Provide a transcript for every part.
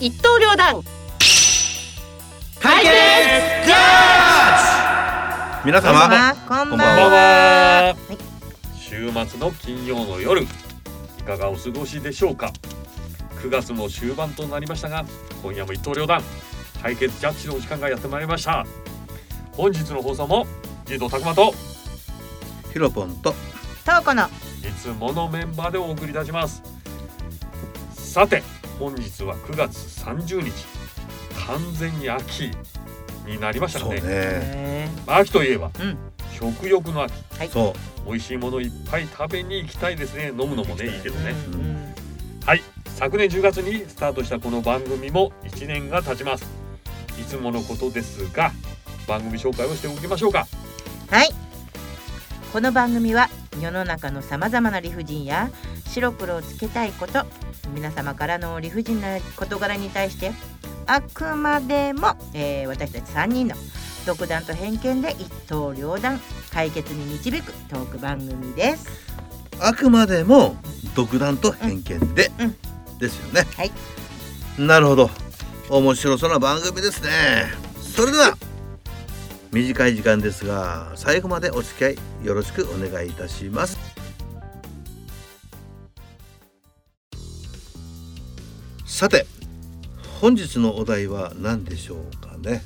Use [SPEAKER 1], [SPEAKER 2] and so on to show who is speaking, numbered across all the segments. [SPEAKER 1] 一刀両断
[SPEAKER 2] 解決ジャッジ皆様
[SPEAKER 1] こんばん
[SPEAKER 2] こんばん
[SPEAKER 1] は
[SPEAKER 3] は
[SPEAKER 1] はい
[SPEAKER 3] 週末の金曜の夜いかがお過ごしでしょうか9月も終盤となりましたが今夜も一刀両断解決ジャッジのお時間がやってまいりました本日の放送も児童たくまと
[SPEAKER 2] ヒロポン
[SPEAKER 1] と
[SPEAKER 2] と
[SPEAKER 1] うこの
[SPEAKER 3] いつものメンバーでお送りいたしますさて本日は9月30日完全に秋になりました
[SPEAKER 2] そう
[SPEAKER 3] ね
[SPEAKER 2] ね
[SPEAKER 3] まあ秋といえば、
[SPEAKER 1] うん
[SPEAKER 3] 食欲の秋
[SPEAKER 1] はい
[SPEAKER 2] そ
[SPEAKER 3] 美味しいものいっぱい食べに行きたいですね飲むのもねいいけどね
[SPEAKER 1] うんうん
[SPEAKER 3] はい昨年10月にスタートしたこの番組も1年が経ちますいつものことですが番組紹介をしておきましょうか
[SPEAKER 1] はいこの番組は世の中のさまざまな理不尽や白黒をつけたいこと皆様からの理不尽な事柄に対してあくまでも、えー私たち3人の独断と偏見で一刀両断解決に導くトーク番組です。
[SPEAKER 2] うあくまでも独断と偏見で、
[SPEAKER 1] うん
[SPEAKER 2] ですよね
[SPEAKER 1] はい
[SPEAKER 2] なるほど面白そうな番組ですねそれでは短い時間ですが最後までお付き合いよろしくお願いいたしますさて本日のお題は何でしょうかね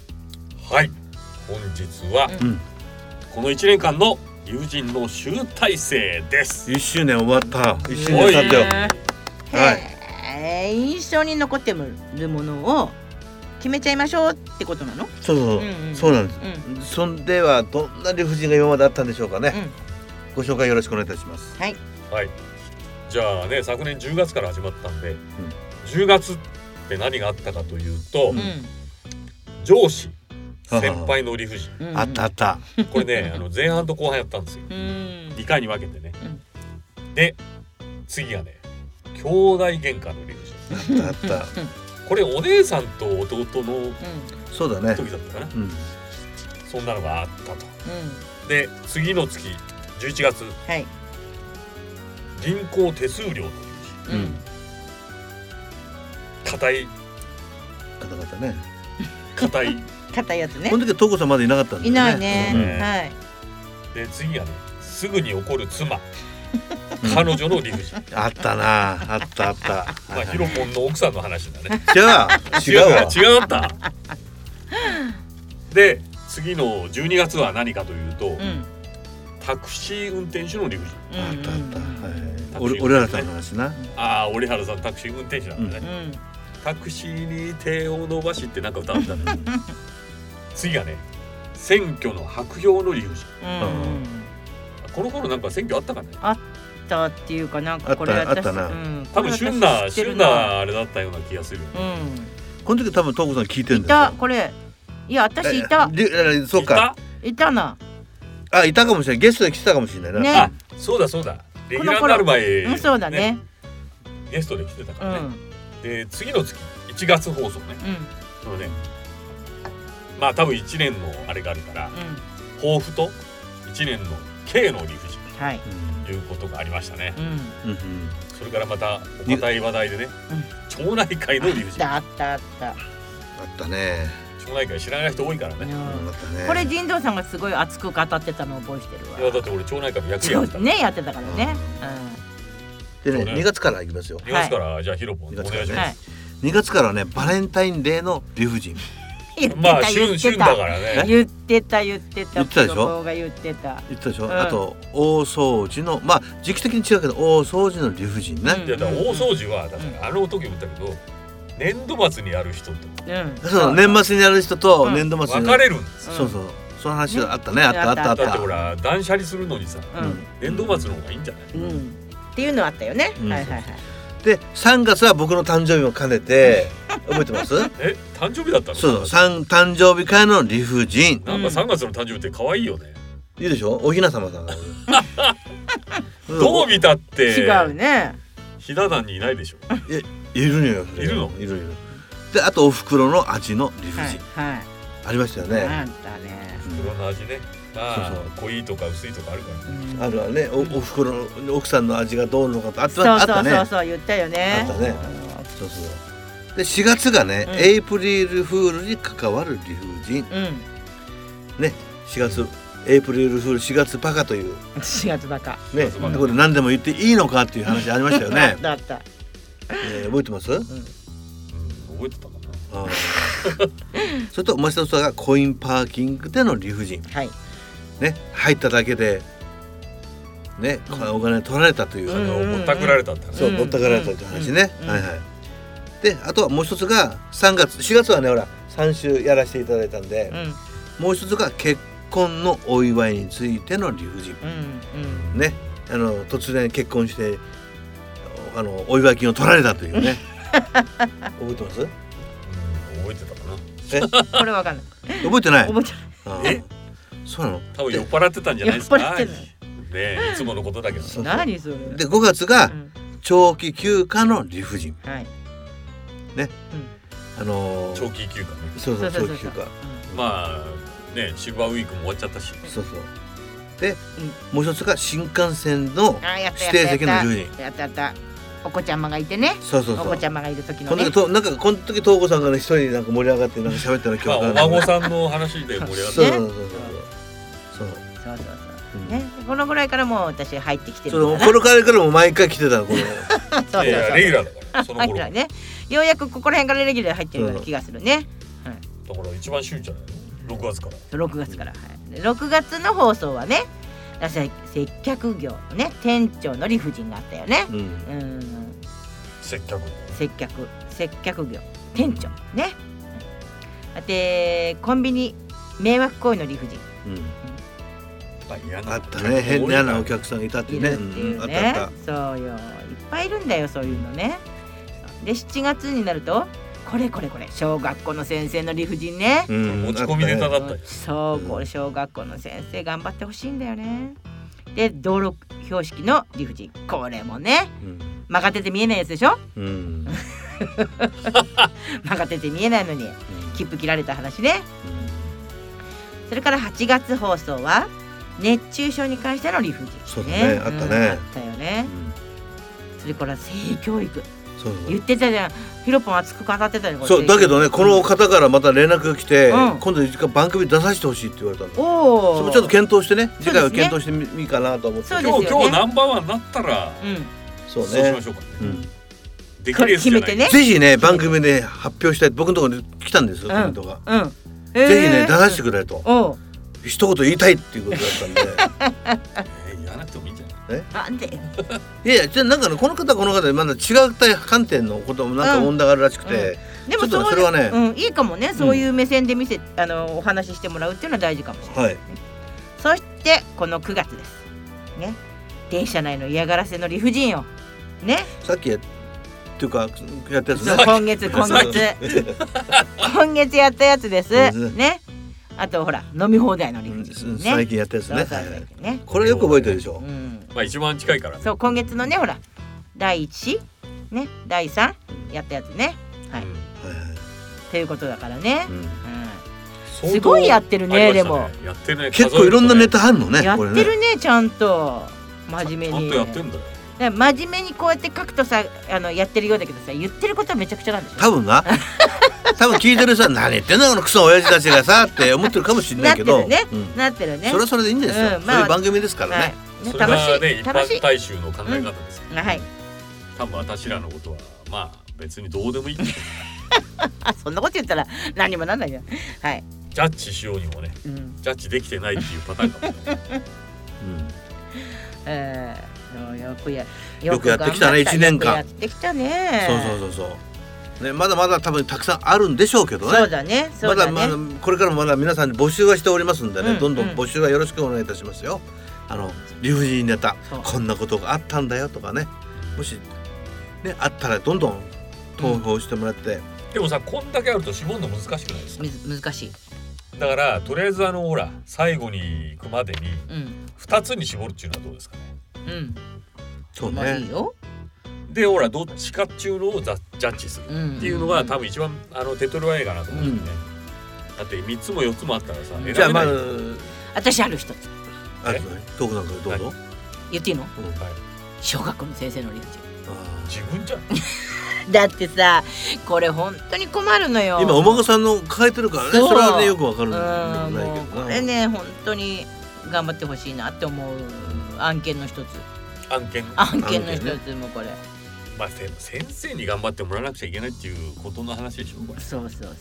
[SPEAKER 3] はい本日は
[SPEAKER 2] うん
[SPEAKER 3] この1年間の友人の集大成です
[SPEAKER 2] 1周年終わった1周
[SPEAKER 3] お
[SPEAKER 2] 年
[SPEAKER 3] い
[SPEAKER 2] 経ったよはい
[SPEAKER 1] へー印象に残ってるものを決めちゃいましょうってことなの？
[SPEAKER 2] そうそう、
[SPEAKER 1] うんうん
[SPEAKER 2] そうなんです
[SPEAKER 1] うん
[SPEAKER 2] そんではどんな理不尽が今まであったんでしょうかね、
[SPEAKER 1] うん
[SPEAKER 2] ご紹介よろしくお願いいたします
[SPEAKER 1] はい
[SPEAKER 3] はいじゃあね昨年10月から始まったんで、10月って何があったかという
[SPEAKER 2] う
[SPEAKER 3] と、
[SPEAKER 2] ん
[SPEAKER 3] 上司
[SPEAKER 2] はは
[SPEAKER 3] 先輩の理不尽
[SPEAKER 1] うん
[SPEAKER 2] あったあった
[SPEAKER 3] これ ねあの前半と後半やったんですよ
[SPEAKER 1] うん
[SPEAKER 3] 2回に分けてね、で次がね兄弟喧嘩の理不尽
[SPEAKER 2] あったあった
[SPEAKER 3] これお姉さんと弟の
[SPEAKER 2] そうだね
[SPEAKER 3] 時だったかな
[SPEAKER 2] うん
[SPEAKER 3] そんなのがあっ
[SPEAKER 1] うん
[SPEAKER 3] たと
[SPEAKER 1] うん
[SPEAKER 3] で次の月11月
[SPEAKER 1] はい。
[SPEAKER 3] 銀行手数料の理不
[SPEAKER 2] うん
[SPEAKER 3] 尽硬い
[SPEAKER 2] ガタガタね
[SPEAKER 3] 硬い
[SPEAKER 1] 硬いやつね
[SPEAKER 2] こ。の時はトコさんまでいなかったんだ
[SPEAKER 1] い
[SPEAKER 2] よね
[SPEAKER 1] ないね。
[SPEAKER 3] ね
[SPEAKER 1] はい。
[SPEAKER 3] で次がねすぐに怒る妻
[SPEAKER 2] うん
[SPEAKER 3] 彼女の理 不尽
[SPEAKER 2] あったなあったあった
[SPEAKER 3] まあヒロポンの奥さんの話だね
[SPEAKER 2] じゃあ 違うわ
[SPEAKER 3] 違うかったで次の12月は何かというと、
[SPEAKER 1] うん。
[SPEAKER 3] タクシー運転手の理不尽
[SPEAKER 2] あったあった、はい
[SPEAKER 3] タクシー
[SPEAKER 2] 俺俺らさんの話な、
[SPEAKER 3] ああ折原さんタクシー運転手なんだ
[SPEAKER 1] う
[SPEAKER 3] ね、
[SPEAKER 1] ん。
[SPEAKER 3] タクシーに手を伸ばしってなんか歌ったんだ次がね選挙の白票の理不尽
[SPEAKER 1] うん。
[SPEAKER 3] この頃なんか選挙あったかね
[SPEAKER 1] だっていうかなんかこれ
[SPEAKER 2] あっ
[SPEAKER 1] 私
[SPEAKER 2] たあったな
[SPEAKER 1] うん
[SPEAKER 3] 多分
[SPEAKER 1] これ私
[SPEAKER 3] 旬な
[SPEAKER 1] 知ってる
[SPEAKER 3] 旬なあれだったような気がするよね
[SPEAKER 2] この時多分トコさん聞いて
[SPEAKER 1] うん。
[SPEAKER 2] るん
[SPEAKER 1] い
[SPEAKER 2] ですよ
[SPEAKER 1] たこれ。いや私いた
[SPEAKER 2] りえそうか
[SPEAKER 1] いたな。
[SPEAKER 2] あいたかもしれないゲストで来てたかもしれないな、
[SPEAKER 3] い
[SPEAKER 1] ね
[SPEAKER 3] たあそうだそうだレギュラーになる前
[SPEAKER 1] うんそうだね。
[SPEAKER 3] ゲストで来てたか
[SPEAKER 1] うんう
[SPEAKER 3] らね、で次の月1月放送ね
[SPEAKER 1] ん
[SPEAKER 3] このねまあ多分1年のあれがあるから
[SPEAKER 1] う
[SPEAKER 3] 抱負と1年の経の理不尽
[SPEAKER 1] んはい。
[SPEAKER 3] ということがありましたね
[SPEAKER 1] うん。
[SPEAKER 2] うんうん
[SPEAKER 3] それからまたお堅い話題でね、町内会の理不
[SPEAKER 1] あっ
[SPEAKER 3] 尽
[SPEAKER 1] たあったあった。
[SPEAKER 2] あったね、
[SPEAKER 3] 町内会知らない人多いから
[SPEAKER 1] う
[SPEAKER 3] ね、
[SPEAKER 2] うんん、あったね
[SPEAKER 1] これ神道さんがすごい熱く語ってたのを覚えてるわ
[SPEAKER 3] いやだって俺町内会の役
[SPEAKER 1] そ
[SPEAKER 3] やっ
[SPEAKER 1] う
[SPEAKER 3] てた、
[SPEAKER 1] ねやってたからね。
[SPEAKER 2] で
[SPEAKER 3] そ
[SPEAKER 2] ね
[SPEAKER 3] うね
[SPEAKER 2] 2月からいきますよ
[SPEAKER 3] 2月から、じゃあヒロポンお
[SPEAKER 2] 二
[SPEAKER 3] 願い
[SPEAKER 2] 月から
[SPEAKER 3] し
[SPEAKER 1] うん。はい、。
[SPEAKER 2] ね2月からね
[SPEAKER 3] ます
[SPEAKER 2] バレンタインデーの理不尽
[SPEAKER 1] 言って
[SPEAKER 3] まあ
[SPEAKER 1] た言
[SPEAKER 3] 旬
[SPEAKER 1] って
[SPEAKER 3] 旬だ
[SPEAKER 1] た
[SPEAKER 3] からね
[SPEAKER 1] 言ってた言ってた
[SPEAKER 2] 言ってたでしょ
[SPEAKER 1] 子供が言ってた
[SPEAKER 2] 言ったでしょ、
[SPEAKER 1] うん
[SPEAKER 2] あと大掃除のまあ時期的に違うけど大掃除の理不尽ね、
[SPEAKER 3] いやだから大掃除はだか
[SPEAKER 1] うん
[SPEAKER 3] らあの時も言ったけど年度末にやる人と
[SPEAKER 1] うん
[SPEAKER 2] そう年末にやる人と
[SPEAKER 1] うん
[SPEAKER 2] 年度末
[SPEAKER 3] 別
[SPEAKER 2] にやる、
[SPEAKER 3] れるんです、
[SPEAKER 1] うん
[SPEAKER 2] そうそうその話があったね、あったあったあっ
[SPEAKER 3] だ
[SPEAKER 2] た
[SPEAKER 3] ってほら断捨離するのにさ
[SPEAKER 1] う
[SPEAKER 3] 年度末の方がいいんじゃない、
[SPEAKER 1] んうんっていうのあったよね、
[SPEAKER 2] うん
[SPEAKER 1] はいはいはい
[SPEAKER 2] で3月は僕の誕生日も兼ねて覚えてますそう
[SPEAKER 3] え誕生日だったの
[SPEAKER 2] そう三誕生日会の理不尽
[SPEAKER 3] なんか3月の誕生日って可愛いよね、
[SPEAKER 2] いいでしょおひな様さんがうん
[SPEAKER 3] どう見たって
[SPEAKER 1] 違うね
[SPEAKER 3] ひな壇にいないでしょ
[SPEAKER 2] いるのよそれ
[SPEAKER 3] いるの
[SPEAKER 2] いるいるであとお袋の味の理不
[SPEAKER 1] はい
[SPEAKER 2] 尽、
[SPEAKER 1] は
[SPEAKER 2] ありましたよ
[SPEAKER 1] い、
[SPEAKER 2] ね、
[SPEAKER 1] あんたね
[SPEAKER 3] 袋の味ねまあ
[SPEAKER 2] そう
[SPEAKER 3] 濃いとか薄いとかあるからね
[SPEAKER 1] うん
[SPEAKER 2] あるわね、お、おふくろの、奥さんの味がどうのかと、あっ
[SPEAKER 1] そう
[SPEAKER 2] た、あっ
[SPEAKER 1] そ
[SPEAKER 2] た
[SPEAKER 1] う
[SPEAKER 2] ね。
[SPEAKER 1] そう
[SPEAKER 2] あ
[SPEAKER 1] そう言ったよね
[SPEAKER 2] ったね
[SPEAKER 1] あ。の
[SPEAKER 2] そうそう。で4月がね、
[SPEAKER 1] うん
[SPEAKER 2] エイプリルフールに関わる理不尽
[SPEAKER 1] うん
[SPEAKER 2] ね4月エイプリルフール4月バカという
[SPEAKER 1] 4月バカ、
[SPEAKER 2] ね
[SPEAKER 3] そうそう
[SPEAKER 2] これ何でも言っていいのかっていう話ありましたよね
[SPEAKER 1] だった
[SPEAKER 2] えー覚えてます
[SPEAKER 3] うん覚えてたかな
[SPEAKER 2] あーそれともう一つはコインパーキングでの理不尽
[SPEAKER 1] はい
[SPEAKER 2] ね入っただけでねこれお金取られたという、あの
[SPEAKER 1] うん
[SPEAKER 3] ぼったくられたって話
[SPEAKER 2] そう
[SPEAKER 1] うん
[SPEAKER 2] ぼったくられたって話ね、
[SPEAKER 1] うん
[SPEAKER 2] はいはいであとはもう一つが3月4月はねほら3週やらせていただいたんで
[SPEAKER 1] うん、
[SPEAKER 2] もう一つが結婚のお祝いについての理不尽
[SPEAKER 1] うんうん
[SPEAKER 2] ねあの突然結婚してあのお祝い金を取られたという ね覚えてます
[SPEAKER 3] うん覚えてたかな
[SPEAKER 1] これわかんない
[SPEAKER 2] 覚えてない
[SPEAKER 1] 覚えて
[SPEAKER 2] あ
[SPEAKER 3] え
[SPEAKER 2] ーそうなの
[SPEAKER 3] 多分
[SPEAKER 2] で
[SPEAKER 3] 酔っ払ってたんじゃないですか
[SPEAKER 1] 酔っ払ってんの
[SPEAKER 3] ねえいつものことだけど
[SPEAKER 2] そう
[SPEAKER 1] ない何それ
[SPEAKER 2] で5月
[SPEAKER 1] う
[SPEAKER 2] が
[SPEAKER 1] ん
[SPEAKER 2] 長期休暇の理不尽
[SPEAKER 1] はい
[SPEAKER 2] あのー
[SPEAKER 3] 長期休暇ね
[SPEAKER 2] そうそう長期休
[SPEAKER 1] う
[SPEAKER 2] 暇
[SPEAKER 3] まあねシルバーウィークも終わっちゃったし
[SPEAKER 2] そうそうで、もう一つが新幹線の
[SPEAKER 1] あーやったや
[SPEAKER 2] 指
[SPEAKER 1] った
[SPEAKER 2] 定
[SPEAKER 1] やっ
[SPEAKER 2] 席の
[SPEAKER 1] た
[SPEAKER 2] 理不尽
[SPEAKER 1] やったやったお子ちゃまがいてね
[SPEAKER 2] そうそう
[SPEAKER 1] お
[SPEAKER 2] そう
[SPEAKER 1] 子ちゃまがいる時の
[SPEAKER 2] この
[SPEAKER 1] ね
[SPEAKER 2] 時となんかこの時東子さんがね一人なんか盛り上がってなんか喋ったら今
[SPEAKER 3] まあ
[SPEAKER 2] 日
[SPEAKER 3] お孫さんの話で盛り上がっ
[SPEAKER 2] そ
[SPEAKER 3] た
[SPEAKER 2] うそうそうそうそう
[SPEAKER 1] そうそう
[SPEAKER 2] う
[SPEAKER 1] そ
[SPEAKER 2] ん
[SPEAKER 1] うねこのぐらいからもう私入ってきて
[SPEAKER 2] そ
[SPEAKER 1] るから
[SPEAKER 2] のこの彼からも毎回来てたのこ れ
[SPEAKER 1] そうそう
[SPEAKER 3] いやいやレギ
[SPEAKER 1] そう
[SPEAKER 3] ュラーだからその
[SPEAKER 1] 入っ
[SPEAKER 3] 頃
[SPEAKER 1] て
[SPEAKER 3] だ
[SPEAKER 1] ない
[SPEAKER 3] か
[SPEAKER 1] ねようやくここら辺からレギュラー入ってるような気がするね
[SPEAKER 3] ら一番旬じゃないの6月から
[SPEAKER 1] 6月から、はい、で6月の放送はね私は接客業のね店長の理不尽があったよね
[SPEAKER 2] うん
[SPEAKER 1] うん
[SPEAKER 3] 接客
[SPEAKER 1] 接客接客業店長ねあてコンビニ迷惑行為の理不尽
[SPEAKER 2] うん
[SPEAKER 3] あ嫌な
[SPEAKER 2] あったね変なお客さんいたってい
[SPEAKER 1] いう
[SPEAKER 2] ね
[SPEAKER 1] るっていううん
[SPEAKER 2] あ
[SPEAKER 1] ね
[SPEAKER 2] ったあっ
[SPEAKER 1] そうよいっぱいいるんだよそういうのねで7月になるとこれこれこれ小学校の先生の理不尽ね
[SPEAKER 2] た、うん
[SPEAKER 3] 持ち込みネタ
[SPEAKER 2] あっ
[SPEAKER 3] だったよ
[SPEAKER 1] そうこれ小学校の先生頑張ってほしいんだよねで道路標識の理不尽これもね
[SPEAKER 2] たね
[SPEAKER 1] 曲がってて見えないやつでしょ
[SPEAKER 2] うんうん
[SPEAKER 1] 曲がってて見えないのに切符切られた話ね
[SPEAKER 2] うん
[SPEAKER 1] それから8月放送は熱中症に関しての理不尽、
[SPEAKER 2] そうだねあったね
[SPEAKER 1] うんあったよねそれから性教育
[SPEAKER 2] そうそう
[SPEAKER 1] 言ってたじゃんヒロポン熱く語ってたよこれ
[SPEAKER 2] そうだけどねこの方からまた連絡が来て、
[SPEAKER 1] うん
[SPEAKER 2] 今度一回番組出させてほしいって言われたの、
[SPEAKER 1] お
[SPEAKER 2] それ
[SPEAKER 1] お
[SPEAKER 2] もちょっと検討してね次回
[SPEAKER 1] そ
[SPEAKER 2] は
[SPEAKER 1] うですね
[SPEAKER 2] 検討してみみいかなと思って
[SPEAKER 1] そうです
[SPEAKER 3] 今
[SPEAKER 1] よ
[SPEAKER 3] 日今日ナンバーワンになったら
[SPEAKER 1] うん
[SPEAKER 2] そう
[SPEAKER 3] そうし
[SPEAKER 2] ね
[SPEAKER 3] ましょうかね
[SPEAKER 2] うん
[SPEAKER 3] できるやつ
[SPEAKER 1] 決
[SPEAKER 3] じゃ
[SPEAKER 1] め
[SPEAKER 3] な
[SPEAKER 1] て
[SPEAKER 3] い
[SPEAKER 1] ね
[SPEAKER 2] ぜひね番組で発表したい僕のところに来たんですよ、
[SPEAKER 1] うん
[SPEAKER 2] コメントが、
[SPEAKER 1] うん
[SPEAKER 2] ぜひね出させて
[SPEAKER 1] く
[SPEAKER 2] くれと、
[SPEAKER 1] おう
[SPEAKER 2] 一言言いたいっていうことだったんで
[SPEAKER 3] えー言わなくてもいいんじゃない
[SPEAKER 1] なんで
[SPEAKER 2] いやいやじゃあなんかねこの方はこの方でまだ違った観点のこともなんか問題があるらしくて、
[SPEAKER 1] でも
[SPEAKER 2] ちょっとね
[SPEAKER 1] う
[SPEAKER 2] それはね
[SPEAKER 1] うん、いいかもねそういう目線で見せ、あのお話ししてもらうっていうのは大事かもしれない、
[SPEAKER 2] はい
[SPEAKER 1] そしてこの9月ですね電車内の嫌がらせの理不尽よね
[SPEAKER 2] さっきやっていうかやったやつ
[SPEAKER 1] そう今月今月 今月やったやつです
[SPEAKER 2] そうです
[SPEAKER 1] ねあとほら飲み放題の理
[SPEAKER 2] う
[SPEAKER 1] 不
[SPEAKER 2] ん
[SPEAKER 1] 尽ね
[SPEAKER 2] 最近やったやつ
[SPEAKER 1] そう
[SPEAKER 2] ね
[SPEAKER 1] そう
[SPEAKER 2] はいはい
[SPEAKER 1] そうね
[SPEAKER 2] これよく覚えてるでしょ、
[SPEAKER 1] うん
[SPEAKER 3] まあ一番近いからね
[SPEAKER 1] そう今月のねほら第一ね第三やったやつねはい
[SPEAKER 3] うん
[SPEAKER 2] はいはい
[SPEAKER 1] ということだからね
[SPEAKER 2] う、
[SPEAKER 1] う
[SPEAKER 2] ん
[SPEAKER 3] 相
[SPEAKER 1] ん、
[SPEAKER 3] 当
[SPEAKER 1] すごいやってるね
[SPEAKER 3] あり
[SPEAKER 1] で
[SPEAKER 3] ました
[SPEAKER 1] も
[SPEAKER 3] ねやってね
[SPEAKER 2] 結構いろんなネタあるのね
[SPEAKER 1] やっ
[SPEAKER 2] これ
[SPEAKER 1] て
[SPEAKER 2] ね
[SPEAKER 1] るねちゃんと真面目に
[SPEAKER 3] ちゃんとやってんだよ
[SPEAKER 1] だから真面目にこうやって書くとさあのやってるようだけどさ言ってることはめちゃくちゃなんでしょ
[SPEAKER 2] 多分な 多分聞いてる人は何言ってんだこのクソ親父たちがさって思ってるかもしれないけ
[SPEAKER 1] なっ
[SPEAKER 2] ど、
[SPEAKER 1] てる
[SPEAKER 2] うん
[SPEAKER 1] なってるね
[SPEAKER 2] それはそれでいいんですよ、
[SPEAKER 1] うんまあ
[SPEAKER 2] そういう番組ですから
[SPEAKER 1] は
[SPEAKER 2] ね、
[SPEAKER 1] いね
[SPEAKER 3] それがね一
[SPEAKER 1] 楽しい楽し
[SPEAKER 3] 般
[SPEAKER 1] い
[SPEAKER 3] 大衆の考え方ですよ
[SPEAKER 1] はい
[SPEAKER 3] 多分私らのことはまあ別にどうでもいいジ
[SPEAKER 1] あそんなこと言ったら何もなんないじゃんはい、
[SPEAKER 3] ャッジしようにもね
[SPEAKER 1] うん
[SPEAKER 3] ジャッジできてないっていうパターンかもね
[SPEAKER 1] えー、よくや
[SPEAKER 2] よくやってきたね
[SPEAKER 1] よく頑張っ
[SPEAKER 2] 一年間
[SPEAKER 1] よくやってきたね
[SPEAKER 2] うんそうそうそうそうねまだまだ多分たくさんあるんでしょうけどね
[SPEAKER 1] そうだねそうだね
[SPEAKER 2] まだまだこれからもまだ皆さんに募集はしておりますんでね、
[SPEAKER 1] うん
[SPEAKER 2] どんどん募集はよろしくお願いいたしますよあの理不尽ネタ
[SPEAKER 1] そう
[SPEAKER 2] こんなことがあったんだよとかねもしねあったらどんどん投稿してもらって、
[SPEAKER 3] でもさこんだけあると絞るの難しくないですか
[SPEAKER 1] むず難しい
[SPEAKER 3] だからとりあえずあのほら最後に行くまでに
[SPEAKER 1] うん
[SPEAKER 3] 2つに絞るっていうのはどうですかね
[SPEAKER 2] そう
[SPEAKER 1] うん
[SPEAKER 2] ね、
[SPEAKER 1] まあいいよ、
[SPEAKER 3] でほらどっちかっていうのをザジャッジする
[SPEAKER 1] うん、
[SPEAKER 3] っていうのが多分一番あの手っ取り早いかなと思うんだよね、だって3つも4つもあったらさ選べない
[SPEAKER 2] じゃあまあ
[SPEAKER 1] 私ある一つ
[SPEAKER 2] あれですねトークなんかでどうぞ、
[SPEAKER 1] 言っていいの
[SPEAKER 2] うん
[SPEAKER 3] はい
[SPEAKER 1] 小学校の先生の理不
[SPEAKER 2] あ
[SPEAKER 3] 自分じゃん
[SPEAKER 1] だってさこれ本当に困るのよ
[SPEAKER 2] 今お孫さんの抱えてるからね
[SPEAKER 1] そう
[SPEAKER 2] それはねよくわかるんで
[SPEAKER 1] うん
[SPEAKER 2] もない
[SPEAKER 1] もう
[SPEAKER 2] け
[SPEAKER 1] こ
[SPEAKER 2] どな
[SPEAKER 1] れね本当に頑張ってほしいなって思う案件の一つ
[SPEAKER 3] 案件
[SPEAKER 1] 案件の一つもこれ、
[SPEAKER 3] まあ、せ先生に頑張ってもらわなくちゃいけないっていうことの話でしょこれ
[SPEAKER 1] そうそうそうそう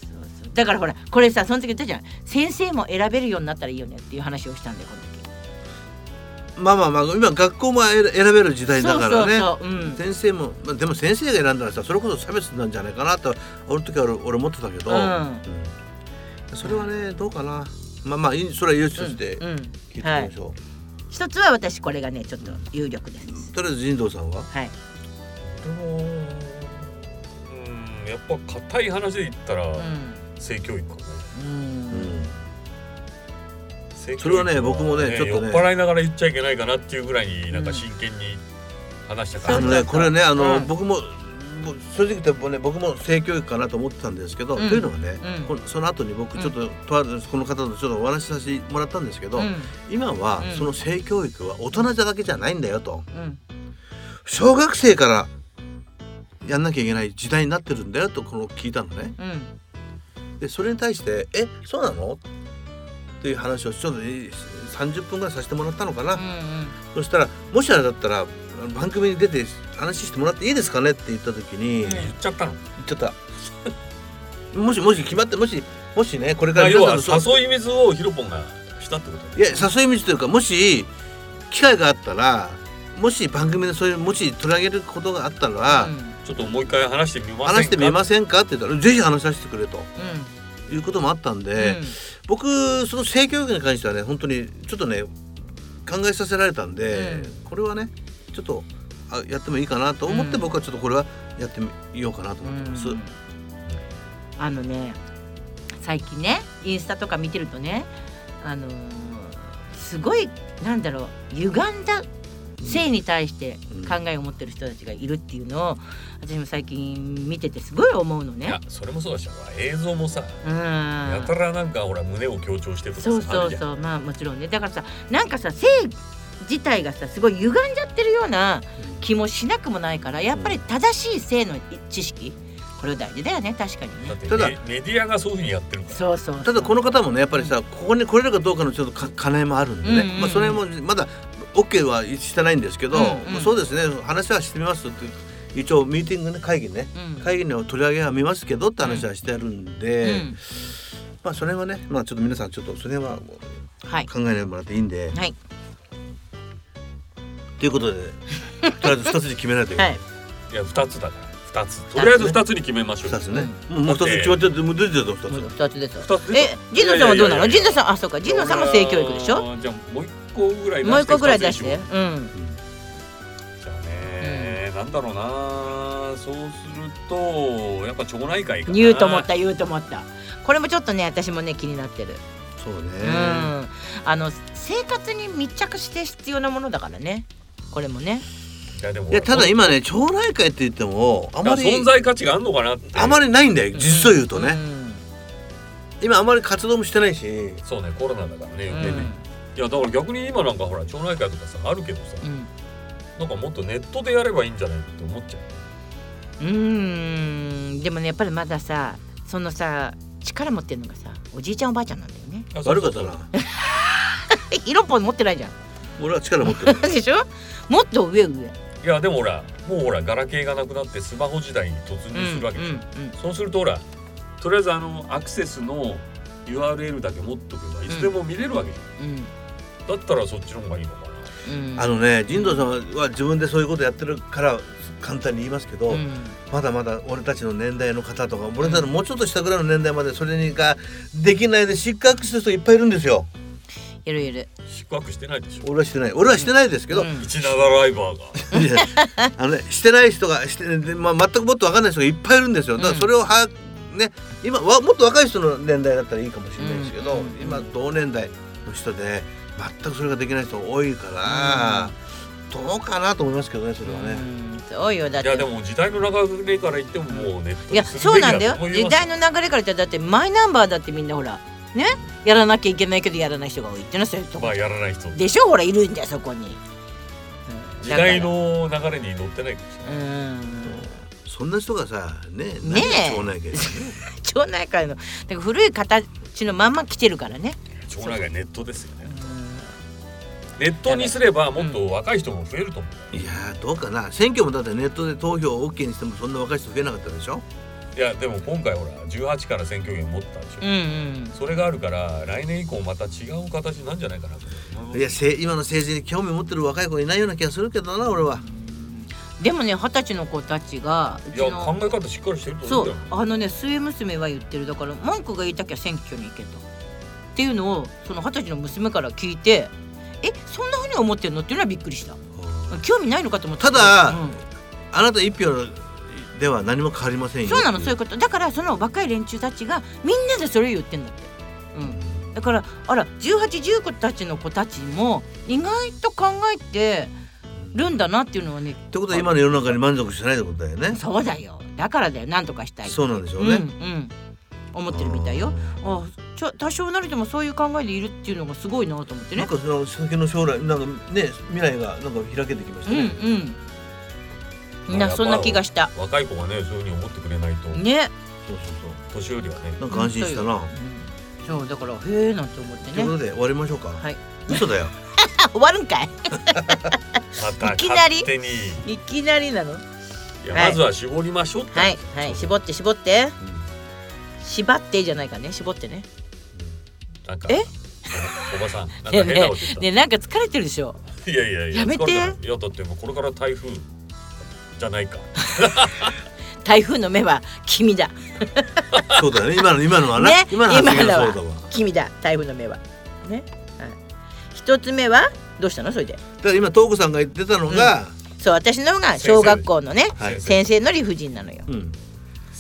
[SPEAKER 1] だからほらこれさその時言ったじゃん先生も選べるようになったらいいよねっていう話をしたんだよこの時
[SPEAKER 2] まあまあまあ今学校も選選べる時代だからね
[SPEAKER 1] そうそうそう、うん、
[SPEAKER 2] 先生も、まあ、でも先生が選んだらさそれこそ差別なんじゃないかなと俺の時は俺俺思ってたけど、
[SPEAKER 1] うん
[SPEAKER 2] うんそれはねどうかなまあまあいいそれは優秀して
[SPEAKER 1] うんうん
[SPEAKER 2] 聞いてみましょう、
[SPEAKER 1] 一つは私これがねちょっと有力です、
[SPEAKER 2] とりあえず人道さんは
[SPEAKER 1] はい
[SPEAKER 3] うんやっぱ硬い話で言ったら、性教育かな
[SPEAKER 1] うん、
[SPEAKER 2] うん
[SPEAKER 3] 性教育
[SPEAKER 2] それはね僕もねちょっとね
[SPEAKER 3] 酔っ払いながら言っちゃいけないかなっていうぐらいになん
[SPEAKER 1] う
[SPEAKER 3] か
[SPEAKER 1] ん
[SPEAKER 3] 真剣に話したから、
[SPEAKER 2] あ
[SPEAKER 1] そう
[SPEAKER 2] の
[SPEAKER 1] そう
[SPEAKER 2] ねこれねあの、
[SPEAKER 1] うん
[SPEAKER 2] 僕ももう正直言ってもね僕も性教育かなと思ってたんですけど、
[SPEAKER 1] うん
[SPEAKER 2] というのはね、
[SPEAKER 1] うん
[SPEAKER 2] このその後に僕ちょっと、とあるこの方とちょっとお話しさせてもらったんですけど、
[SPEAKER 1] うん
[SPEAKER 2] 今は
[SPEAKER 1] うん
[SPEAKER 2] その性教育は大人じゃだけじゃないんだよと
[SPEAKER 1] うん
[SPEAKER 2] 小学生からやんなきゃいけない時代になってるんだよとこの聞いたのね
[SPEAKER 1] うん
[SPEAKER 2] でそれに対して「えそうなの?」っていう話をちょっとね30分ぐらいさせてもらったのかな、そしたら「もしあれだったらあの番組に出て話してもらっていいですかね?」って言った時に、
[SPEAKER 1] うん
[SPEAKER 2] 言っ
[SPEAKER 3] 言っちゃったの、
[SPEAKER 2] ちゃった 「もしもし決まってもしもしねこれか
[SPEAKER 3] ま
[SPEAKER 2] ら
[SPEAKER 3] あ、要は
[SPEAKER 2] 皆さんのそう
[SPEAKER 3] 誘い水をヒロポンがしたってこと
[SPEAKER 2] いや誘い道というかもし機会があったらもし番組でそういうもし取り上げることがあったら、
[SPEAKER 1] うん
[SPEAKER 3] ちょっともう一回話してみませんか
[SPEAKER 2] 話してみますせんか?」って言ったら「ぜひ話させてくれ」と
[SPEAKER 1] うん
[SPEAKER 2] いうこともあったんで、僕その性教育に関してはね本当にちょっとね考えさせられたんで、
[SPEAKER 1] うん
[SPEAKER 2] これはねちょっとあやってもいいかなと思って、
[SPEAKER 1] うん
[SPEAKER 2] 僕はちょっとこれはやってみようかなと
[SPEAKER 1] う
[SPEAKER 2] 思って
[SPEAKER 1] ん
[SPEAKER 2] ます。
[SPEAKER 1] うんあのね最近ねインスタとか見てるとねあのーすごいなんだろう歪んだ性に対して考えを持ってる人たちがいるっていうのを私も最近見ててすごい思うの
[SPEAKER 3] いや
[SPEAKER 1] ね。
[SPEAKER 3] それもそうだしほら映像もさ
[SPEAKER 1] うん
[SPEAKER 3] やたらなんかほら胸を強調してとかさ
[SPEAKER 1] そうそ
[SPEAKER 3] ある
[SPEAKER 1] う
[SPEAKER 3] じゃん
[SPEAKER 1] そうまあもちろんねだからさなんかさ性自体がさすごい歪んじゃってるような気もしなくもないからやっぱり正しい性の知識これは大事だよね確かにね
[SPEAKER 3] だって
[SPEAKER 2] ただ
[SPEAKER 3] メメディアがそういうふうにやってるから
[SPEAKER 1] そうそうそう
[SPEAKER 2] ただこの方もねやっぱりさ、ここに来れるかどうかのちょっとか兼ね合いもあるんで
[SPEAKER 1] うん
[SPEAKER 2] ね、
[SPEAKER 1] うんうん
[SPEAKER 2] まあ、それもまだ OK はしてないんですけど、
[SPEAKER 1] うんうん
[SPEAKER 2] まあそうですね話はしてみますって一応ミーティングね会議ね
[SPEAKER 1] うん
[SPEAKER 2] 会議の取り上げは見ますけどって話はしてあるんで、
[SPEAKER 1] うん
[SPEAKER 2] まあそれはねまあちょっと皆さんちょっとそれは
[SPEAKER 1] はい
[SPEAKER 2] 考えないでもらっていいんで。
[SPEAKER 1] はい
[SPEAKER 2] ということで、とりあえず二つに決めないといけ
[SPEAKER 1] は
[SPEAKER 2] ないい。
[SPEAKER 3] いや二つだから二つとりあえず二つに決めましょう
[SPEAKER 2] 二つね。もうもう二つ決まっちゃって、もう出てると二つ。
[SPEAKER 1] 二つですわ
[SPEAKER 3] 二つ
[SPEAKER 1] え神野さんはどうなの
[SPEAKER 3] いやいや
[SPEAKER 1] 神
[SPEAKER 3] いやいや
[SPEAKER 1] 野さんあそうか神野さんも性教育でしょ
[SPEAKER 3] じゃあもう一個ぐらい出して
[SPEAKER 1] もう一個ぐらい出して
[SPEAKER 3] じ
[SPEAKER 1] うん
[SPEAKER 3] ゃあね、なんだろうなそうするとやっぱ町内会かな
[SPEAKER 1] 言うと思った言うと思ったこれもちょっとね私もね気になってる
[SPEAKER 2] そうね
[SPEAKER 1] う。んあの生活に密着して必要なものだからねこれもね
[SPEAKER 3] いやでも
[SPEAKER 2] いや、ただ今ね、町内会って言っても、あ
[SPEAKER 3] あ
[SPEAKER 2] まり。
[SPEAKER 3] 存在価値があるのかなって
[SPEAKER 2] あまりないんだよ、実を言うと
[SPEAKER 1] う
[SPEAKER 2] ね。
[SPEAKER 1] ん
[SPEAKER 2] 今あまり活動もしてないし。
[SPEAKER 3] そうねコロナだからね
[SPEAKER 1] う
[SPEAKER 3] 余計ね、
[SPEAKER 1] ん
[SPEAKER 3] いやだから逆に今なんかほら町内会とかさあるけどさ、
[SPEAKER 1] うん
[SPEAKER 3] なんかもっとネットでやればいいんじゃないって思っちゃう
[SPEAKER 1] うーんでもねやっぱりまださそのさ力持ってるのがさおじいちゃんおばあちゃんなんだよね
[SPEAKER 3] あそう
[SPEAKER 2] 悪
[SPEAKER 3] そ
[SPEAKER 2] か
[SPEAKER 3] う
[SPEAKER 2] った
[SPEAKER 3] そう
[SPEAKER 2] な。
[SPEAKER 1] 色っぽい持ってないじゃん
[SPEAKER 2] 俺は力持っ てる。
[SPEAKER 1] でしょもっと上上
[SPEAKER 3] いやでもほらもうほらガラケーがなくなってスマホ時代に突入するわけでしょ、
[SPEAKER 1] うんうん
[SPEAKER 3] そうするとほらとりあえずあのアクセスの URL だけ持っとけばいつでも見れるわけじ
[SPEAKER 1] うん
[SPEAKER 3] ゃん、だったらそっちの方がいいのかな
[SPEAKER 1] うん
[SPEAKER 2] あのね、神道さんは自分でそういうことやってるから。簡単に言いますけど、
[SPEAKER 1] うん
[SPEAKER 2] まだまだ俺たちの年代の方とか俺たちのもうちょっと下ぐらいの年代までそれにができないで失格する人いっぱいいるんですよ
[SPEAKER 1] いるいる
[SPEAKER 3] 宿泊してないでしょ
[SPEAKER 2] 俺はしてない俺はしてないですけど、
[SPEAKER 1] うん
[SPEAKER 3] 一長ライバーが
[SPEAKER 2] いやあのね、してない人がして、でまあ、全くもっと分かんない人がいっぱいいるんですよだか
[SPEAKER 1] うん
[SPEAKER 2] らそれをは、ね今わもっと若い人の年代だったらいいかもしれないですけど、
[SPEAKER 1] うんうんうん
[SPEAKER 2] 今同年代の人で全くそれができない人多いから、どうかなと思いますけどねそれはね、
[SPEAKER 1] うんそうよだっ
[SPEAKER 3] い
[SPEAKER 1] て
[SPEAKER 3] やでも時代の流れから言ってももうネット
[SPEAKER 1] いや
[SPEAKER 3] にす
[SPEAKER 1] そう
[SPEAKER 3] るべき
[SPEAKER 1] なん
[SPEAKER 3] だ
[SPEAKER 1] だよ
[SPEAKER 3] と思います
[SPEAKER 1] 時代の流れから言ったらだってマイナンバーだってみんなほらねやらなきゃいけないけどやらない人が多いっていうのはそういうとこ
[SPEAKER 3] まあやらない人
[SPEAKER 1] でしょほらいるんだよそこに、うん
[SPEAKER 3] 時代の流れに乗ってないかもしれない、
[SPEAKER 1] うん
[SPEAKER 2] そんな人がさね
[SPEAKER 1] ねえ
[SPEAKER 2] 何が町内会だよね
[SPEAKER 1] 町内会のだから古い形のまんま来てるからね。
[SPEAKER 3] 町内会ネットですよね
[SPEAKER 1] うん
[SPEAKER 3] ネットにすればもっと若い人も増えると思う、
[SPEAKER 2] いやーどうかな選挙もだってネットで投票を OK にしてもそんな若い人増えなかったでしょ
[SPEAKER 3] いやでも今回ほら18から選挙権を持ったでしょ、
[SPEAKER 1] うんうん。
[SPEAKER 3] それがあるから来年以降また違う形なんじゃないかなと
[SPEAKER 2] いやせ今の政治に興味持ってる若い子いないような気がするけどな俺は
[SPEAKER 1] でもね二十歳の子たちがう
[SPEAKER 3] い
[SPEAKER 1] ち
[SPEAKER 3] や考
[SPEAKER 1] の
[SPEAKER 3] え方しっかりしてると
[SPEAKER 1] そ
[SPEAKER 3] 思うん
[SPEAKER 1] う
[SPEAKER 3] だよ
[SPEAKER 1] あのね末娘は言ってるだから文句が言いたきゃ選挙に行けとっていうのをその二十歳の娘から聞いてえそんなふうに思ってるのっていうのはびっくりした興味ないのかと思って
[SPEAKER 2] ただ
[SPEAKER 1] うん
[SPEAKER 2] あなた一票では何も変わりませんよ
[SPEAKER 1] そうなのそういうことだからその若い連中たちがみんなでそれを言ってんだって、うん、だからあら1819たちの子たちも意外と考えてるんだなっていうのはね
[SPEAKER 2] ってことは今の世の中に満足しないってことだよね
[SPEAKER 1] そうだよだからだよなんとかしたい
[SPEAKER 2] そうなんでしょ
[SPEAKER 1] う
[SPEAKER 2] うね、
[SPEAKER 1] んうん思ってるみたいよあちょ多少なりともそういう考えでいるっていうのがすごいなと思って
[SPEAKER 2] な
[SPEAKER 1] ね
[SPEAKER 2] んかその先の将来なんかね未来がなんか開けてきました
[SPEAKER 1] うん
[SPEAKER 2] ね、
[SPEAKER 1] うんなそんな気がした
[SPEAKER 3] 若い子がねそういうふうに思ってくれないと、
[SPEAKER 1] ね
[SPEAKER 2] そうそうそ
[SPEAKER 3] 年寄りはね
[SPEAKER 2] うなんか安心したな、
[SPEAKER 1] うんそうだからへえなんて思っ
[SPEAKER 2] と
[SPEAKER 1] て
[SPEAKER 2] いうこ
[SPEAKER 1] ね
[SPEAKER 2] とで終わりましょうか、
[SPEAKER 1] はい
[SPEAKER 2] 嘘だよ
[SPEAKER 1] あ終わるんかい
[SPEAKER 3] また
[SPEAKER 1] いきなり
[SPEAKER 3] 勝手に
[SPEAKER 1] いきなりなの
[SPEAKER 3] いや
[SPEAKER 1] はい
[SPEAKER 3] まずは絞りましょうって、
[SPEAKER 1] はいはい絞って絞って縛ってじゃないかね絞ってね
[SPEAKER 3] なんか
[SPEAKER 1] え
[SPEAKER 3] おばさんなんか変なこと言った、
[SPEAKER 1] ねなんか疲れてるでしょ
[SPEAKER 3] いやいやいや
[SPEAKER 1] やめて
[SPEAKER 3] 疲れないいやだってもうこれから台風じゃないか
[SPEAKER 1] 台風の目は君だ
[SPEAKER 2] そうだよね今の今のはな、
[SPEAKER 1] ね
[SPEAKER 2] 今の発言がそ
[SPEAKER 1] 今
[SPEAKER 2] うだ
[SPEAKER 1] の
[SPEAKER 2] わ
[SPEAKER 1] 君だ台風の目はね、はい、一つ目はどうしたのそれで
[SPEAKER 2] だから今東子さんが言ってたのが、
[SPEAKER 1] そう私の方が小学校のね
[SPEAKER 2] はい
[SPEAKER 1] 先生の理不尽なのよ
[SPEAKER 2] うんで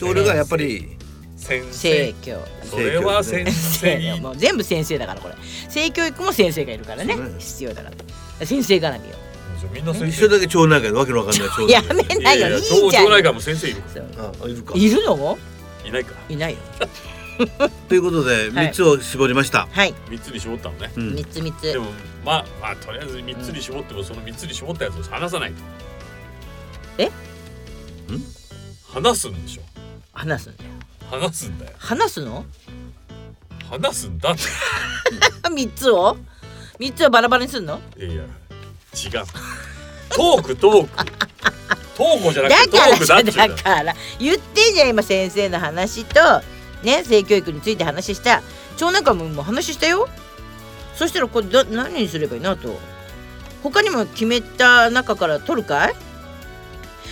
[SPEAKER 2] 俺がやっぱり
[SPEAKER 3] 先
[SPEAKER 1] 性
[SPEAKER 3] 生
[SPEAKER 1] 教
[SPEAKER 3] それは先生
[SPEAKER 1] 育
[SPEAKER 3] に
[SPEAKER 1] もう全部先生だからこれ性教育も先生がいるからね
[SPEAKER 2] そうね
[SPEAKER 1] 必要だから先生絡みよ
[SPEAKER 3] みんな先
[SPEAKER 2] 一緒
[SPEAKER 3] 生
[SPEAKER 2] だけ町内会でわけのわかんない町内
[SPEAKER 1] や
[SPEAKER 2] 会
[SPEAKER 1] めないよいい
[SPEAKER 3] ちょう
[SPEAKER 1] じゃん
[SPEAKER 3] ないかも先生いる
[SPEAKER 1] そう
[SPEAKER 2] あいるか
[SPEAKER 1] いるの
[SPEAKER 3] いないか
[SPEAKER 1] いないよ
[SPEAKER 2] ということで
[SPEAKER 1] はい
[SPEAKER 2] 三つを絞りました、
[SPEAKER 1] はい
[SPEAKER 3] 三つに絞ったのね
[SPEAKER 2] うん
[SPEAKER 1] 三つ三
[SPEAKER 3] で
[SPEAKER 1] つ
[SPEAKER 3] もまあまあとりあえず三つに絞ってもその三つに絞ったやつを話さないと
[SPEAKER 1] え
[SPEAKER 3] ん話すんでしょ
[SPEAKER 1] 話すんだよ
[SPEAKER 3] 話すんだよ
[SPEAKER 1] 話すの
[SPEAKER 3] 話すんだって
[SPEAKER 1] 三つを三つをバラバラにするの
[SPEAKER 3] いやいや違うトークトークトークじゃ
[SPEAKER 1] だ
[SPEAKER 3] なくてトークだ
[SPEAKER 1] から
[SPEAKER 3] っていう
[SPEAKER 1] だ
[SPEAKER 3] の
[SPEAKER 1] から言ってんじゃん今先生の話とね性教育について話した長男かももう話したよそしたらこれだ何にすればいいなと他にも決めた中から取るかい
[SPEAKER 2] い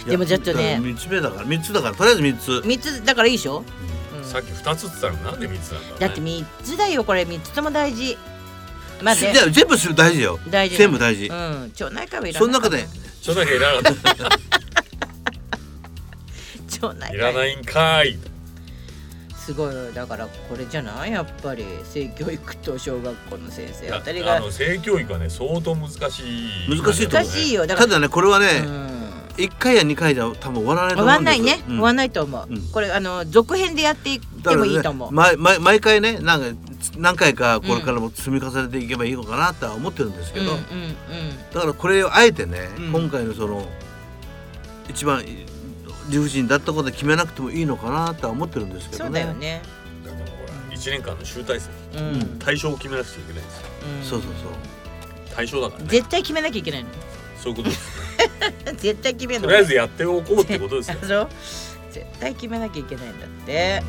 [SPEAKER 2] や
[SPEAKER 1] でもちょっとね
[SPEAKER 2] 三つ目だから三つだからとりあえず三つ
[SPEAKER 1] 三つだからいいでしょ、うん
[SPEAKER 3] さっき二つって言ったのなんで三つなんだろう、
[SPEAKER 1] だ
[SPEAKER 3] ね、
[SPEAKER 1] って三つだよこれ三つとも大事まあ
[SPEAKER 2] じ
[SPEAKER 1] ね
[SPEAKER 2] ゃあ全部する大事よ
[SPEAKER 1] 大事な
[SPEAKER 2] 全部大事、
[SPEAKER 1] うん町内会はいらない
[SPEAKER 2] その中で
[SPEAKER 3] ちょっとだけいらなかっ
[SPEAKER 1] 町内 会
[SPEAKER 3] たいらないんかーい
[SPEAKER 1] すごいだからこれじゃないやっぱり性教育と小学校の先生あたり
[SPEAKER 3] あ
[SPEAKER 1] が
[SPEAKER 3] の性教育はね相当難しい
[SPEAKER 2] 難しいと
[SPEAKER 1] 難
[SPEAKER 2] 思う
[SPEAKER 1] しいよだか
[SPEAKER 2] た
[SPEAKER 1] ら
[SPEAKER 2] だねこれはね、
[SPEAKER 1] うん
[SPEAKER 2] 一回や二回じゃ多分終わらないと
[SPEAKER 1] 終
[SPEAKER 2] 思
[SPEAKER 1] わ
[SPEAKER 2] うん
[SPEAKER 1] んな
[SPEAKER 2] です
[SPEAKER 1] いね、
[SPEAKER 2] うん
[SPEAKER 1] 終わんないと思う、
[SPEAKER 2] うん
[SPEAKER 1] これあの続編でやっていってもいいと思う、
[SPEAKER 2] だからね、毎毎毎回ねなんかつ何回かこれからも積み重ねていけばいいのかなとは思ってるんですけ
[SPEAKER 1] うんうん
[SPEAKER 2] ど、
[SPEAKER 1] うん
[SPEAKER 2] だからこれをあえてね、
[SPEAKER 1] うん
[SPEAKER 2] 今回のその一番い理不尽だったことで決めなくてもいいのかなとは思ってるんですけどね
[SPEAKER 1] そうだよね
[SPEAKER 3] だからほら一年間の集大成
[SPEAKER 1] うん、うん
[SPEAKER 2] ん
[SPEAKER 3] 対象を決めなくちゃいけないんです
[SPEAKER 2] そ
[SPEAKER 3] よ
[SPEAKER 2] うそう
[SPEAKER 3] 対象だからね
[SPEAKER 1] 絶対決めなきゃいけないの
[SPEAKER 3] そういうことです
[SPEAKER 1] 絶対決める
[SPEAKER 3] と
[SPEAKER 1] の
[SPEAKER 3] りあえずやっておこうってこと ですよ
[SPEAKER 1] あそう絶対決めなきゃいけないんだって、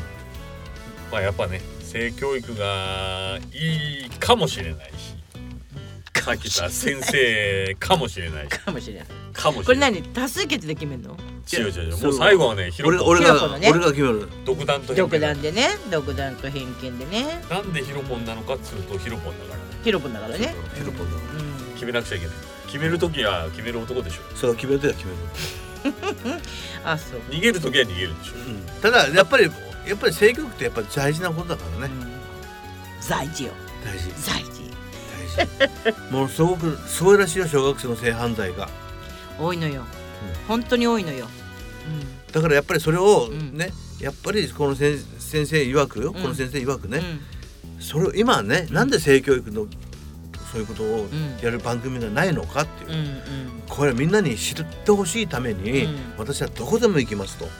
[SPEAKER 3] まあやっぱね性教育がいいかもしれないしさっき言った先生かもしれ ないし
[SPEAKER 1] かもしれない
[SPEAKER 3] かもし
[SPEAKER 1] こ
[SPEAKER 3] れ
[SPEAKER 1] れ
[SPEAKER 3] ない
[SPEAKER 1] 何多数決で決めるの
[SPEAKER 3] 違う違う違う
[SPEAKER 2] そ
[SPEAKER 3] も
[SPEAKER 2] う
[SPEAKER 3] う最後はね
[SPEAKER 2] 俺
[SPEAKER 3] 広
[SPEAKER 2] が
[SPEAKER 3] ポン
[SPEAKER 2] 俺
[SPEAKER 1] ひろこ
[SPEAKER 2] が、
[SPEAKER 1] のね
[SPEAKER 2] 俺が決める
[SPEAKER 3] 独断と偏
[SPEAKER 1] 独
[SPEAKER 3] 見
[SPEAKER 1] 断でね独断と偏見でね
[SPEAKER 3] なんでヒロポンなのかっつうとヒロポンだから
[SPEAKER 1] ヒロポンだからね、
[SPEAKER 2] ヘルポンだ
[SPEAKER 1] うん、
[SPEAKER 3] 決めなくちゃいけない決めるときは決める男でしょ
[SPEAKER 2] それは決めるときは決める、
[SPEAKER 1] あそう、
[SPEAKER 3] 逃げるときは逃げるでしょ
[SPEAKER 2] うんただやっぱりやっぱり性教育ってやっぱり大事なことだから
[SPEAKER 1] う
[SPEAKER 2] ね
[SPEAKER 1] ん、在地よ
[SPEAKER 2] 大事
[SPEAKER 1] 在地
[SPEAKER 2] 大事 もうすごくすごいらしいよ小学生の性犯罪が
[SPEAKER 1] 多いのよ、本当に多いのよ、うん
[SPEAKER 2] だからやっぱりそれを
[SPEAKER 1] うん
[SPEAKER 2] ね、やっぱりこの先先生曰くよ、
[SPEAKER 1] うん
[SPEAKER 2] この先生曰くね、
[SPEAKER 1] うん
[SPEAKER 2] それを今ねなんで性教育のそういうことを
[SPEAKER 1] うん
[SPEAKER 2] やる番組がないのかっていう、
[SPEAKER 1] うんうん
[SPEAKER 2] これみんなに知ってほしいために、
[SPEAKER 1] うん
[SPEAKER 2] 私はどこでも行きますと
[SPEAKER 1] うん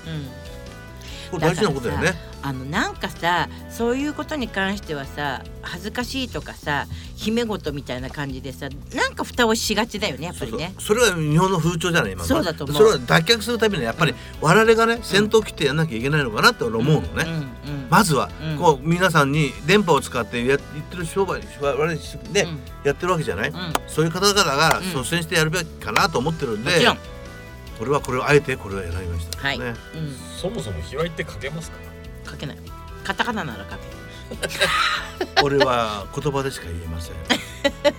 [SPEAKER 2] これ大事なことだよね
[SPEAKER 1] だあのなんかさそういうことに関してはさ恥ずかしいとかさ姫事みたいな感じでさなんか蓋をしがちだよねやっぱ
[SPEAKER 2] そう
[SPEAKER 1] り
[SPEAKER 2] そう
[SPEAKER 1] ね。
[SPEAKER 2] それが日本の風潮じゃない今
[SPEAKER 1] そうだと思う
[SPEAKER 2] それを脱却するためにはやっぱり我々がね戦闘機ってやんなきゃいけないのかなって俺思うのね、
[SPEAKER 1] うんうん
[SPEAKER 2] まずは、
[SPEAKER 1] うん
[SPEAKER 2] こう皆さんに電波を使ってや言ってる商売我々で
[SPEAKER 1] うん
[SPEAKER 2] やってるわけじゃない、
[SPEAKER 1] うん
[SPEAKER 2] そういう方々が
[SPEAKER 1] うん
[SPEAKER 2] 率先してやるべきかなと思ってるんで、
[SPEAKER 1] もちろん、
[SPEAKER 2] これはこれをあえてこれを選びました、
[SPEAKER 1] はい
[SPEAKER 2] ね
[SPEAKER 1] う
[SPEAKER 3] そもそも卑猥って書けますか
[SPEAKER 1] ん、書けないカタカナなら書ける
[SPEAKER 2] 俺は言葉でしか言えません、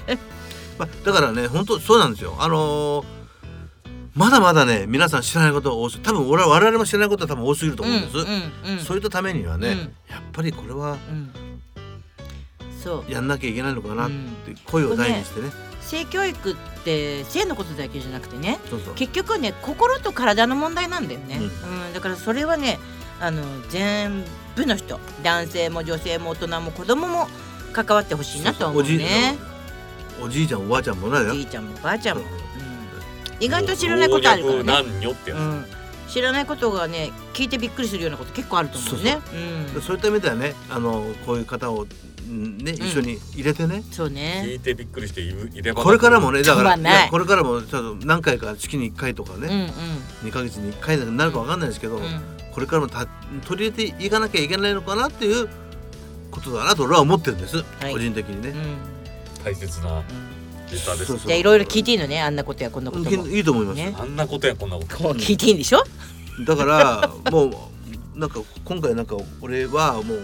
[SPEAKER 2] まあ、だからね本当そうなんですよあのーまだまだね皆さん知らないことが多す多分俺は我々も知らないことが多分多すぎると思うんです、
[SPEAKER 1] うんうんうん
[SPEAKER 2] そういったためにはね、
[SPEAKER 1] うん
[SPEAKER 2] やっぱりこれは
[SPEAKER 1] うんそう
[SPEAKER 2] やんなきゃいけないのかなっ
[SPEAKER 1] うん
[SPEAKER 2] て声を大にしてね,、
[SPEAKER 1] 性教育って性のことだけじゃなくてね
[SPEAKER 2] そうそう
[SPEAKER 1] 結局はね心と体の問題なんだよね、うんだからそれはねあの全部の人男性も女性も大人も子供も関わってほしいなとは思う
[SPEAKER 2] そうそう
[SPEAKER 1] ね
[SPEAKER 2] おじいおじいちゃんおばあちゃんもないよ
[SPEAKER 1] おじいちゃんもばあちゃんも、
[SPEAKER 2] そう
[SPEAKER 1] うん意外と知らないことあるからね、
[SPEAKER 3] 老若男女ってやつ、
[SPEAKER 1] うん、知らないことがね聞いてびっくりするようなこと結構あると思うねうん
[SPEAKER 2] そういった意味ではねあのこういう方をんね
[SPEAKER 1] ん
[SPEAKER 2] 一緒に入れてね、
[SPEAKER 1] そう
[SPEAKER 3] 聞
[SPEAKER 1] ね
[SPEAKER 3] いてびっくりしてい入れば
[SPEAKER 2] これからもねだから
[SPEAKER 1] 止まんない
[SPEAKER 2] いやこれからもちょっと何回か月に1回とか
[SPEAKER 1] うん
[SPEAKER 2] ね、
[SPEAKER 1] うん
[SPEAKER 2] 2ヶ月に1回になるかわかんないですけど、
[SPEAKER 1] うん
[SPEAKER 2] これからもた取り入れていかなきゃいけないのかなっていうことだなと俺は思ってるんです、
[SPEAKER 1] い
[SPEAKER 2] 個人的にね。
[SPEAKER 1] うん
[SPEAKER 3] 大切な
[SPEAKER 1] うん
[SPEAKER 3] ネタです
[SPEAKER 2] そうそう
[SPEAKER 1] じゃあいろいろ聞いていいのねあんなことやこんなことも
[SPEAKER 2] いいと思います、
[SPEAKER 1] ね
[SPEAKER 3] あんなことやこんなこと
[SPEAKER 1] こう聞いていいんでしょ
[SPEAKER 2] だからもうなんか今回なんか俺はもう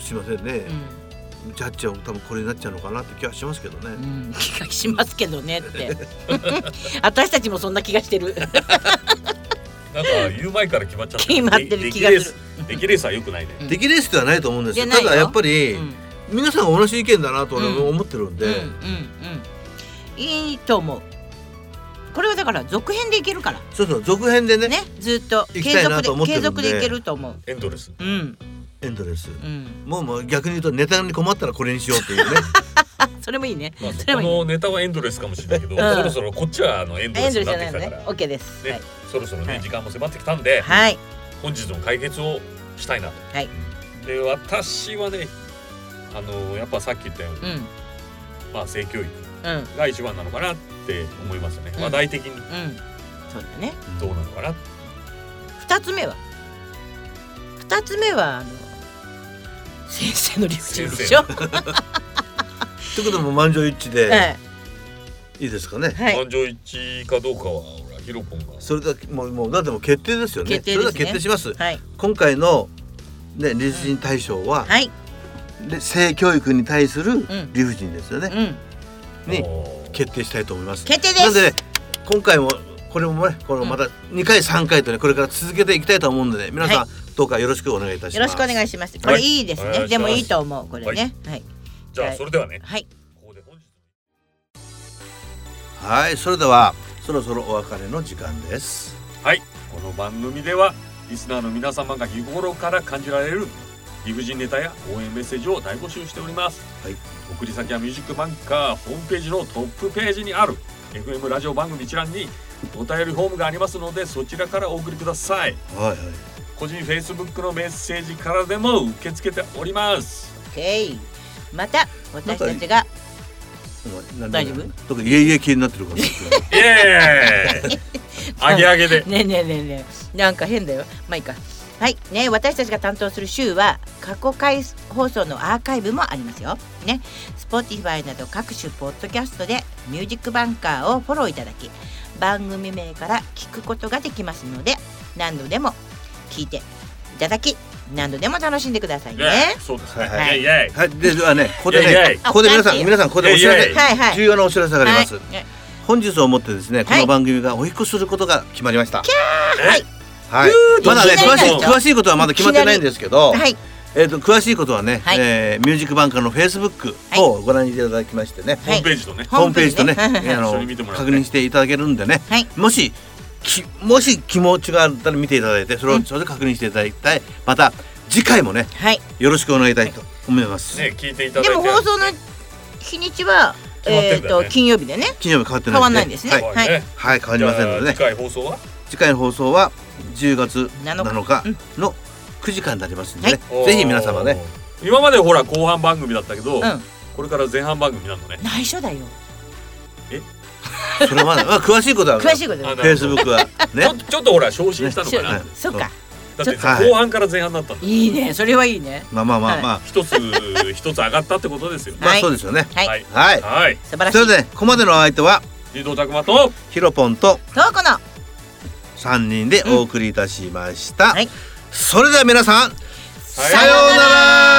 [SPEAKER 2] すいませんね
[SPEAKER 1] う、ん
[SPEAKER 2] ジャッジは多分これになっちゃうのかなって気はしますけどね。
[SPEAKER 1] うん 気がしますけどねって 私たちもそんな気がしてる
[SPEAKER 3] なんか言う前から決まっちゃった
[SPEAKER 1] 決まってる気がする
[SPEAKER 3] できレースは良くないね
[SPEAKER 2] 出来レースではないと思うんですよ
[SPEAKER 1] じゃないよ
[SPEAKER 2] ただやっぱり、
[SPEAKER 1] うん
[SPEAKER 2] 皆さんが同じ意見だなと俺も思ってるんで、
[SPEAKER 1] うんうんうんいいと思うこれはだから続編でいけるから
[SPEAKER 2] そうそう続編でね
[SPEAKER 1] ねずっと継
[SPEAKER 2] 行きたいな
[SPEAKER 1] 続
[SPEAKER 2] と思
[SPEAKER 1] で
[SPEAKER 2] ってる
[SPEAKER 1] 継
[SPEAKER 2] ん
[SPEAKER 1] 続
[SPEAKER 2] で
[SPEAKER 1] でいけると思う
[SPEAKER 3] エンドレス
[SPEAKER 1] うん
[SPEAKER 2] エンドレス
[SPEAKER 1] うん
[SPEAKER 2] もうもう逆に言うとネタに困ったらこれにしようっていうね
[SPEAKER 1] あそれもいいね
[SPEAKER 3] まあ、
[SPEAKER 1] それ
[SPEAKER 3] こ
[SPEAKER 1] もいい
[SPEAKER 3] のネタはエンドレスかもしれないけど、
[SPEAKER 1] うん
[SPEAKER 3] そろそろこっちはあのエンド
[SPEAKER 1] エ
[SPEAKER 3] レ
[SPEAKER 1] ン
[SPEAKER 3] ス
[SPEAKER 1] ドルじ
[SPEAKER 3] になっ
[SPEAKER 1] ゃ
[SPEAKER 3] て
[SPEAKER 1] ない
[SPEAKER 3] き
[SPEAKER 1] の
[SPEAKER 3] たか
[SPEAKER 1] ね OK
[SPEAKER 3] ら、
[SPEAKER 1] です
[SPEAKER 3] ね
[SPEAKER 1] はい
[SPEAKER 3] そろそろね、
[SPEAKER 1] はい
[SPEAKER 3] 時間も迫ってきたんで、
[SPEAKER 1] はい
[SPEAKER 3] 本日の解決をしたいなと。
[SPEAKER 1] はい
[SPEAKER 3] で私はねあのやっぱさっき言ったように、
[SPEAKER 1] うん
[SPEAKER 3] まあ、性教育
[SPEAKER 1] うんうん
[SPEAKER 3] が一番なのかなって思いましたね、
[SPEAKER 1] うん
[SPEAKER 3] 話題的に
[SPEAKER 1] そうだね
[SPEAKER 3] どうなのかな
[SPEAKER 1] 二つ目は二つ目はあの先生の理不尽でしょ
[SPEAKER 2] ということも満場一致で、
[SPEAKER 1] はい
[SPEAKER 2] い、いですかね、
[SPEAKER 1] はい
[SPEAKER 3] 満場一致かどうかはほらヒロポンが
[SPEAKER 2] それだけもうもうだってもう決定ですよね
[SPEAKER 1] 決定ですね
[SPEAKER 2] それだ決定します、
[SPEAKER 1] はい
[SPEAKER 2] 今回のね理不尽対象は、
[SPEAKER 1] はい
[SPEAKER 2] で性教育に対する
[SPEAKER 1] ん
[SPEAKER 2] 理不尽ですよね、
[SPEAKER 1] うん
[SPEAKER 2] に
[SPEAKER 3] もう
[SPEAKER 2] 決定したいと思います
[SPEAKER 1] 決定です
[SPEAKER 2] なんでね今回もこれもねこれまた2回3回とねこれから続けていきたいと思うんでね皆さん、
[SPEAKER 1] は
[SPEAKER 2] どうかよろしくお願いいたし
[SPEAKER 1] よ
[SPEAKER 2] ま
[SPEAKER 1] ろ
[SPEAKER 2] す
[SPEAKER 1] しくお願いします。これいいですね。
[SPEAKER 3] お願いします
[SPEAKER 1] でもいいと思う。これね。はい。
[SPEAKER 3] じゃあそれではね、
[SPEAKER 1] はい。
[SPEAKER 3] ここで本日の
[SPEAKER 2] はい、それではそろそろお別れの時間です。
[SPEAKER 3] はい、この番組ではリスナーの皆様が日頃から感じられる理不尽ネタや応援メッセージを大募集しております、
[SPEAKER 2] はい
[SPEAKER 3] 送り先はミュージックバンカーホームページのトップページにある FM ラジオ番組一覧にお便りフォームがありますのでそちらからお送りください
[SPEAKER 2] はいはい。
[SPEAKER 3] 個人 Facebook のメッセージからでも受け付けております
[SPEAKER 1] へい。また私たちが
[SPEAKER 2] なんで
[SPEAKER 1] 大丈夫
[SPEAKER 2] 特にいえいえ系になってるから。
[SPEAKER 3] イエーイ あげあげで
[SPEAKER 1] ねえねえねえねえなんか変だよ。まあいいか。はい。ね私たちが担当する週は過去回放送のアーカイブもありますよ。ね。Spotify など各種ポッドキャストでミュージックバンカーをフォローいただき、番組名から聞くことができますので、何度でも聞いていただき、何度でも楽しんでください
[SPEAKER 3] イ
[SPEAKER 1] ね。
[SPEAKER 3] エーイそうですね、
[SPEAKER 2] はい
[SPEAKER 3] イエーイイエーイ
[SPEAKER 2] はい、でではね、ここで
[SPEAKER 3] いやい
[SPEAKER 2] ね、
[SPEAKER 3] や
[SPEAKER 2] ここで皆さ
[SPEAKER 1] あ
[SPEAKER 2] ん
[SPEAKER 1] 大事
[SPEAKER 2] 皆さんここでお知ら
[SPEAKER 3] いや
[SPEAKER 2] せ
[SPEAKER 3] い、
[SPEAKER 1] はいはい。
[SPEAKER 2] 重要なお知らせがあります。
[SPEAKER 1] はいね
[SPEAKER 2] 本日をもってですね、こ
[SPEAKER 1] はい
[SPEAKER 2] の番組がお引っ越しすることが決まりました。
[SPEAKER 1] はい
[SPEAKER 2] はい。
[SPEAKER 1] ー
[SPEAKER 2] まだね、
[SPEAKER 1] いきな
[SPEAKER 2] 詳
[SPEAKER 1] り
[SPEAKER 2] しい
[SPEAKER 1] ですよ
[SPEAKER 2] 詳しいことはまだ決まってないんですけど、
[SPEAKER 1] はい。
[SPEAKER 2] えっと詳しいことはね、
[SPEAKER 1] はい
[SPEAKER 2] えーミュージックバンカーのフェイスブックをご覧いただきましてね、
[SPEAKER 1] はい
[SPEAKER 3] ホームページとね、
[SPEAKER 1] はい
[SPEAKER 2] ホームページとね、
[SPEAKER 1] ホームページね
[SPEAKER 2] あ
[SPEAKER 3] 一緒
[SPEAKER 2] の
[SPEAKER 3] に見てもらって
[SPEAKER 2] 確認していただけるんでね、
[SPEAKER 1] はい
[SPEAKER 2] もしきもし気持ちがあったら見ていただいてそれをそれで確認していただきたい、また次回もね
[SPEAKER 1] はい。
[SPEAKER 2] よろしくお願いしたいと思います、
[SPEAKER 3] ね聞いていただい
[SPEAKER 1] で
[SPEAKER 3] て
[SPEAKER 1] も放送の日にちは
[SPEAKER 3] 決まって
[SPEAKER 1] え
[SPEAKER 3] ん
[SPEAKER 1] っ
[SPEAKER 3] だよ
[SPEAKER 1] と
[SPEAKER 3] ね。
[SPEAKER 1] 金曜日でね
[SPEAKER 2] 金曜日変わってない
[SPEAKER 1] 変わんないんですね
[SPEAKER 2] はい、
[SPEAKER 3] 怖いね
[SPEAKER 2] はい変わりませんので
[SPEAKER 3] じゃあ
[SPEAKER 2] ね
[SPEAKER 3] 次回放送は
[SPEAKER 2] 次回の放送は10月
[SPEAKER 1] 7
[SPEAKER 2] 7日の9時間になりますんでね、
[SPEAKER 3] おー
[SPEAKER 2] ぜひ皆様ね。
[SPEAKER 3] 今までほら後半番組だったけど、
[SPEAKER 1] うん
[SPEAKER 3] これから前半番組なのね。
[SPEAKER 1] 内緒だよ
[SPEAKER 2] そ れまで、まあ、詳しいことはフ
[SPEAKER 1] 詳しいことだ
[SPEAKER 3] あ
[SPEAKER 1] よ
[SPEAKER 2] ェイスブックは
[SPEAKER 3] ち
[SPEAKER 2] ね
[SPEAKER 3] ょちょっとほら昇進したの
[SPEAKER 1] そ
[SPEAKER 3] か
[SPEAKER 1] う
[SPEAKER 3] な。
[SPEAKER 2] はい
[SPEAKER 1] そっか
[SPEAKER 3] だって
[SPEAKER 2] はい
[SPEAKER 3] 後半から前半だったんだ。
[SPEAKER 1] いいねそれはいいね
[SPEAKER 2] まあまあまあまあ、
[SPEAKER 3] 一つ一つ上がったってことですよ。
[SPEAKER 2] まあ
[SPEAKER 1] はい
[SPEAKER 2] そうですよね
[SPEAKER 1] はい、
[SPEAKER 3] はい。
[SPEAKER 2] はい、
[SPEAKER 3] はい。
[SPEAKER 1] 素晴らし
[SPEAKER 2] それ
[SPEAKER 1] い
[SPEAKER 2] でここまでのお相手は
[SPEAKER 3] 自動たくまと
[SPEAKER 2] ヒロポンと
[SPEAKER 1] どうこの
[SPEAKER 2] 3人でお送りいたしまし
[SPEAKER 1] ん
[SPEAKER 2] た、
[SPEAKER 1] はい
[SPEAKER 2] それでは皆さん
[SPEAKER 3] さ
[SPEAKER 2] さようなら